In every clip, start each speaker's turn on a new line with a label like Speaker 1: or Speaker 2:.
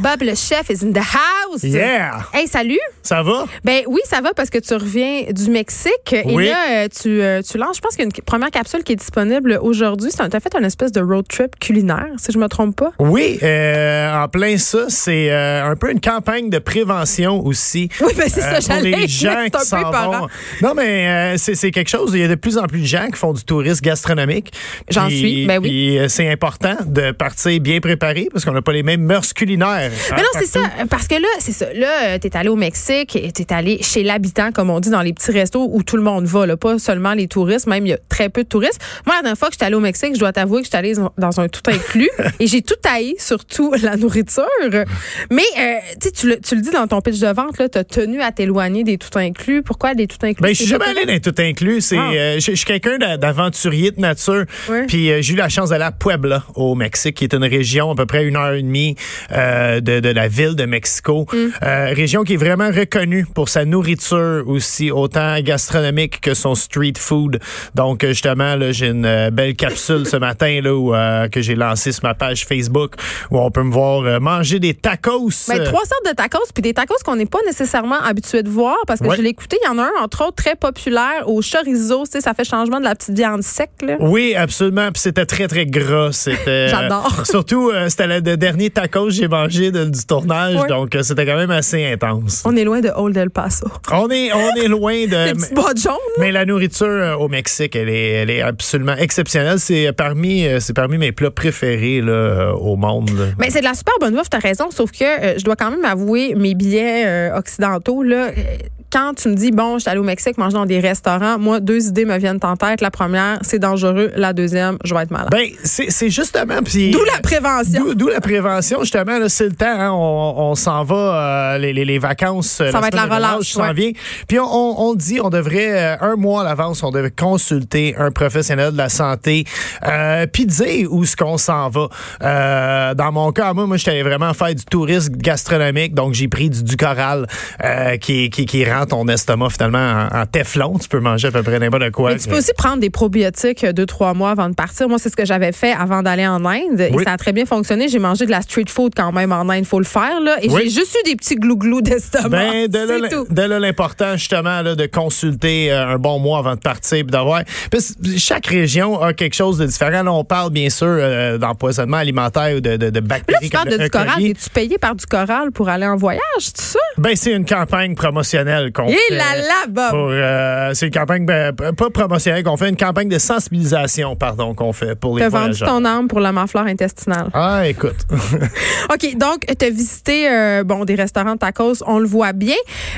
Speaker 1: Bob le chef is in the house.
Speaker 2: Yeah!
Speaker 1: Hey, salut.
Speaker 2: Ça va?
Speaker 1: Ben oui, ça va parce que tu reviens du Mexique
Speaker 2: Oui.
Speaker 1: et là euh, tu euh, tu lances je pense qu'il y a une première capsule qui est disponible aujourd'hui. Tu as fait un espèce de road trip culinaire si je me trompe pas.
Speaker 2: Oui, euh, en plein ça, c'est euh, un peu une campagne de prévention aussi.
Speaker 1: Oui, ben c'est
Speaker 2: Euh,
Speaker 1: ça,
Speaker 2: pour
Speaker 1: j'allais.
Speaker 2: les
Speaker 1: dire,
Speaker 2: gens
Speaker 1: c'est
Speaker 2: qui
Speaker 1: un peu
Speaker 2: s'en
Speaker 1: parent.
Speaker 2: vont. Non, mais euh, c'est c'est quelque chose. Il y a de plus en plus de gens qui font du tourisme gastronomique.
Speaker 1: J'en
Speaker 2: Puis-
Speaker 1: suis, ben oui.
Speaker 2: puis, euh, c'est important de partir bien préparé parce qu'on n'a pas les mêmes mœurs culinaires.
Speaker 1: Mais non, c'est ça. Parce que là, c'est ça. Là, euh, t'es allé au Mexique, et t'es allé chez l'habitant, comme on dit, dans les petits restos où tout le monde va, là, pas seulement les touristes, même il y a très peu de touristes. Moi, la dernière fois que j'étais allée au Mexique, je dois t'avouer que j'étais allée dans un tout inclus et j'ai tout taillé, surtout la nourriture. Mais euh, tu sais, tu le- tu le dis dans ton pitch de vente, là, t'as tenu à t'éloigner des tout inclus. Pourquoi des tout inclus?
Speaker 2: Ben, je suis
Speaker 1: C'est
Speaker 2: jamais
Speaker 1: pas-
Speaker 2: allé dans tout inclus. C'est,
Speaker 1: Ah.
Speaker 2: euh, je, je suis quelqu'un d'a- d'aventurier de nature.
Speaker 1: Ouais.
Speaker 2: Puis euh, j'ai eu la chance d'aller à Puebla, au Mexique, qui est une région à peu près une heure et demie euh, de, de la ville de Mexico.
Speaker 1: Mm.
Speaker 2: Euh, région qui est vraiment reconnue pour sa nourriture aussi, autant gastronomique que son street food. Donc euh, justement, là, j'ai une euh, belle capsule ce matin là, où, euh, que j'ai lancée sur ma page Facebook où on peut me voir euh, manger des tacos. euh,
Speaker 1: Ben, trois sortes de tacos, puis des tacos qu'on n'est pas nécessairement habitué de voir, parce que
Speaker 2: Ouais.
Speaker 1: je l'ai écouté, il y en a un, entre autres, très populaire au chorizo, tu sais, ça fait changement de la petite viande sec, là.
Speaker 2: Oui, absolument. Puis c'était très, très gras. C'était,
Speaker 1: J'adore.
Speaker 2: surtout, euh, c'était le, le dernier tacos que j'ai mangé de- du tournage.
Speaker 1: Ouais.
Speaker 2: Donc, euh, c'était quand même assez intense.
Speaker 1: On est loin de Old El Paso.
Speaker 2: On est, on est loin
Speaker 1: Les
Speaker 2: de.
Speaker 1: petites bottes jaunes. là.
Speaker 2: Mais la nourriture euh, au Mexique, elle est, elle est absolument exceptionnelle. C'est parmi, euh, c'est parmi mes plats préférés là, euh, au monde. là.
Speaker 1: Mais c'est de la super bonne bouffe, t'as raison, sauf que euh, je dois quand même avouer mes billets euh, occidentaux, là. euh, Quand tu me dis, bon, je suis allée au Mexique manger dans des restaurants, moi, deux idées me viennent en tête. La première, c'est dangereux. La deuxième, je vais être malade.
Speaker 2: Ben, c'est c'est justement. puis-
Speaker 1: D'où la prévention.
Speaker 2: D'où- D'où la prévention, justement, là, c'est le temps. hein, on on s'en va, euh, les, les- les vacances. euh,
Speaker 1: Ça va être
Speaker 2: semaine
Speaker 1: la
Speaker 2: de relâche
Speaker 1: relâche,
Speaker 2: qui s'en
Speaker 1: ouais.
Speaker 2: vient. Puis on, on- on dit, on devrait, euh, un mois à l'avance, on devait consulter un professionnel de la santé, euh, puis dire où est-ce qu'on s'en va. Euh, dans mon cas, moi, moi je vraiment faire du tourisme gastronomique, donc j'ai pris du, du coral euh, qui, qui, qui rend ton estomac finalement en, en teflon. Tu peux manger à peu près n'importe quoi.
Speaker 1: Mais tu peux aussi prendre des probiotiques euh, deux, trois mois avant de partir. Moi, c'est ce que j'avais fait avant d'aller en Inde.
Speaker 2: Oui.
Speaker 1: Et ça a très bien fonctionné. J'ai mangé de la street food quand même en Inde. Faut le faire, là. Et
Speaker 2: Oui.
Speaker 1: j'ai juste eu des petits glouglous d'estomac.
Speaker 2: Ben, de là,
Speaker 1: Ah, c'est
Speaker 2: l'im-
Speaker 1: tout.
Speaker 2: de là l'important, justement, là, de consulter euh, un bon mois avant de partir, puis d'avoir. parce que chaque région a quelque chose de différent. Là, on parle, bien sûr, euh, d'empoisonnement alimentaire ou de, de,
Speaker 1: Là,
Speaker 2: de
Speaker 1: tu
Speaker 2: bactéries. comme
Speaker 1: parles de
Speaker 2: le
Speaker 1: du coral.
Speaker 2: E. coli.
Speaker 1: Es-tu payé par du coral pour aller en voyage? C'est ça?
Speaker 2: Ben, c'est une campagne promotionnelle qu'on
Speaker 1: Et
Speaker 2: fait.
Speaker 1: Eh là, là, Bob!
Speaker 2: Pour, euh, c'est une campagne, ben, p- pas promotionnelle qu'on fait, une campagne de sensibilisation, pardon, qu'on fait pour les
Speaker 1: T'as vendu
Speaker 2: voyageurs.
Speaker 1: ton âme pour la manflore intestinale.
Speaker 2: Ah, écoute.
Speaker 1: OK, donc, t'as visité euh, bon, des restaurants de tacos, on le voit bien.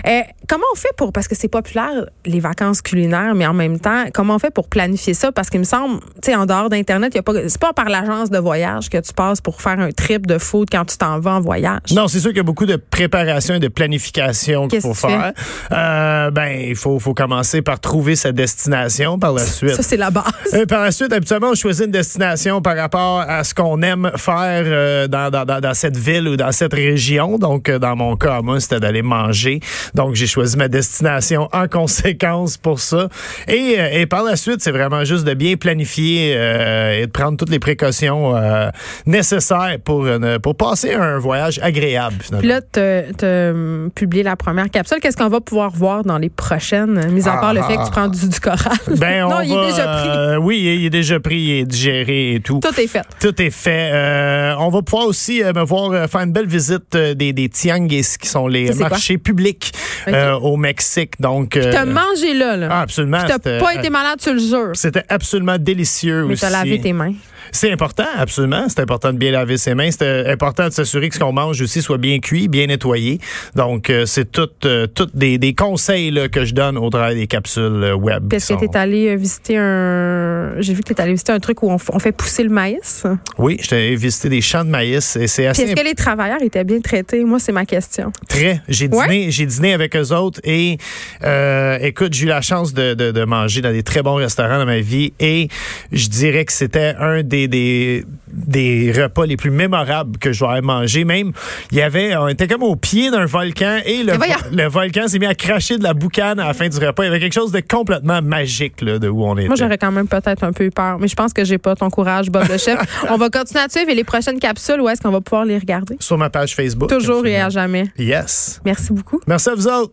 Speaker 1: Euh, comment on fait pour, parce que c'est populaire, les vacances culinaires, mais en même temps, comment on fait pour planifier ça? Parce qu'il me semble, tu sais, en dehors d'Internet, y a pas, c'est pas par l'agence de voyage que tu passes pour faire un trip de food quand tu t'en vas en voyage.
Speaker 2: Non, c'est sûr qu'il y a beaucoup de préparation et de planification qu'il
Speaker 1: Qu'est-ce
Speaker 2: faut
Speaker 1: que tu
Speaker 2: faire. Euh, ben, il faut, faut commencer par trouver sa destination par la suite.
Speaker 1: Ça, c'est la base.
Speaker 2: Et Euh, par la suite, habituellement, on choisit une destination par rapport à ce qu'on aime faire euh, dans, dans- dans- dans cette ville ou dans cette région. Donc, euh, dans mon cas, moi, c'était d'aller manger. Donc, j'ai choisi ma destination en conséquence pour ça. Et, euh, et par la suite, c'est vraiment juste de bien planifier euh, et de prendre toutes les précautions euh, nécessaires pour, une- pour passer un voyage agréable, finalement.
Speaker 1: Puis là, t'as t'as, hum, publié la première capsule. Qu'est-ce qu'on va pouvoir voir dans les prochaines, mis à part le fait que tu prends du, du coral?
Speaker 2: Ah. Ben,
Speaker 1: non,
Speaker 2: on
Speaker 1: il est
Speaker 2: va,
Speaker 1: déjà pris.
Speaker 2: euh, oui, il est déjà pris, il est digéré et tout.
Speaker 1: Tout est fait.
Speaker 2: Tout est fait. Euh, on va pouvoir aussi euh, me voir euh, faire une belle visite euh, des, des tianguis, qui sont les
Speaker 1: Ça, c'est
Speaker 2: marchés publics euh, au Mexique. Donc, euh,
Speaker 1: T'as mangé là, là.
Speaker 2: ah, absolument.
Speaker 1: Puis
Speaker 2: c'était-
Speaker 1: T'as pas été malade, tu le jures.
Speaker 2: C'était absolument délicieux
Speaker 1: Mais
Speaker 2: aussi.
Speaker 1: t'as lavé tes mains.
Speaker 2: C'est important, absolument. C'est important de bien laver ses mains. C'est euh, important de s'assurer que ce qu'on mange aussi soit bien cuit, bien nettoyé. Donc, euh, c'est tout, euh, tout des, des conseils là, que je donne au travers des capsules euh, web.
Speaker 1: Puis Est-ce
Speaker 2: qui
Speaker 1: que
Speaker 2: sont-
Speaker 1: t'es allé euh, visiter un. J'ai vu que t'es allé visiter un truc où on, f- on fait pousser le maïs.
Speaker 2: Oui, je t'ai visité des champs de maïs et Ah, c'est
Speaker 1: Puis
Speaker 2: assez
Speaker 1: est-ce que les travailleurs étaient bien traités? Moi, c'est ma question.
Speaker 2: Très. J'ai
Speaker 1: Ouais?
Speaker 2: dîné, j'ai dîné avec eux autres et euh, écoute, j'ai eu la chance de, de, de manger dans des très bons restaurants dans ma vie et je dirais que c'était un des, des des repas les plus mémorables que je vais avoir mangé. Même, il y avait, on était comme au pied d'un volcan et le,
Speaker 1: Mais voyons.
Speaker 2: le volcan s'est mis à cracher de la boucane à la fin du repas. Il y avait quelque chose de complètement magique là, de où on était.
Speaker 1: Moi, j'aurais quand même peut-être un peu eu peur, mais je pense que j'ai pas ton courage, Bob le chef. On va continuer à te suivre et les prochaines capsules, où est-ce qu'on va pouvoir les regarder?
Speaker 2: Sur ma page Facebook.
Speaker 1: Toujours et à
Speaker 2: absolument.
Speaker 1: jamais.
Speaker 2: Yes.
Speaker 1: Merci beaucoup.
Speaker 2: Merci à vous autres.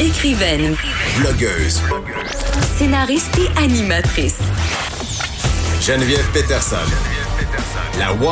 Speaker 3: Écrivaine,
Speaker 4: Blogueuse.
Speaker 3: scénariste et animatrice.
Speaker 4: Geneviève Peterson. La Wonder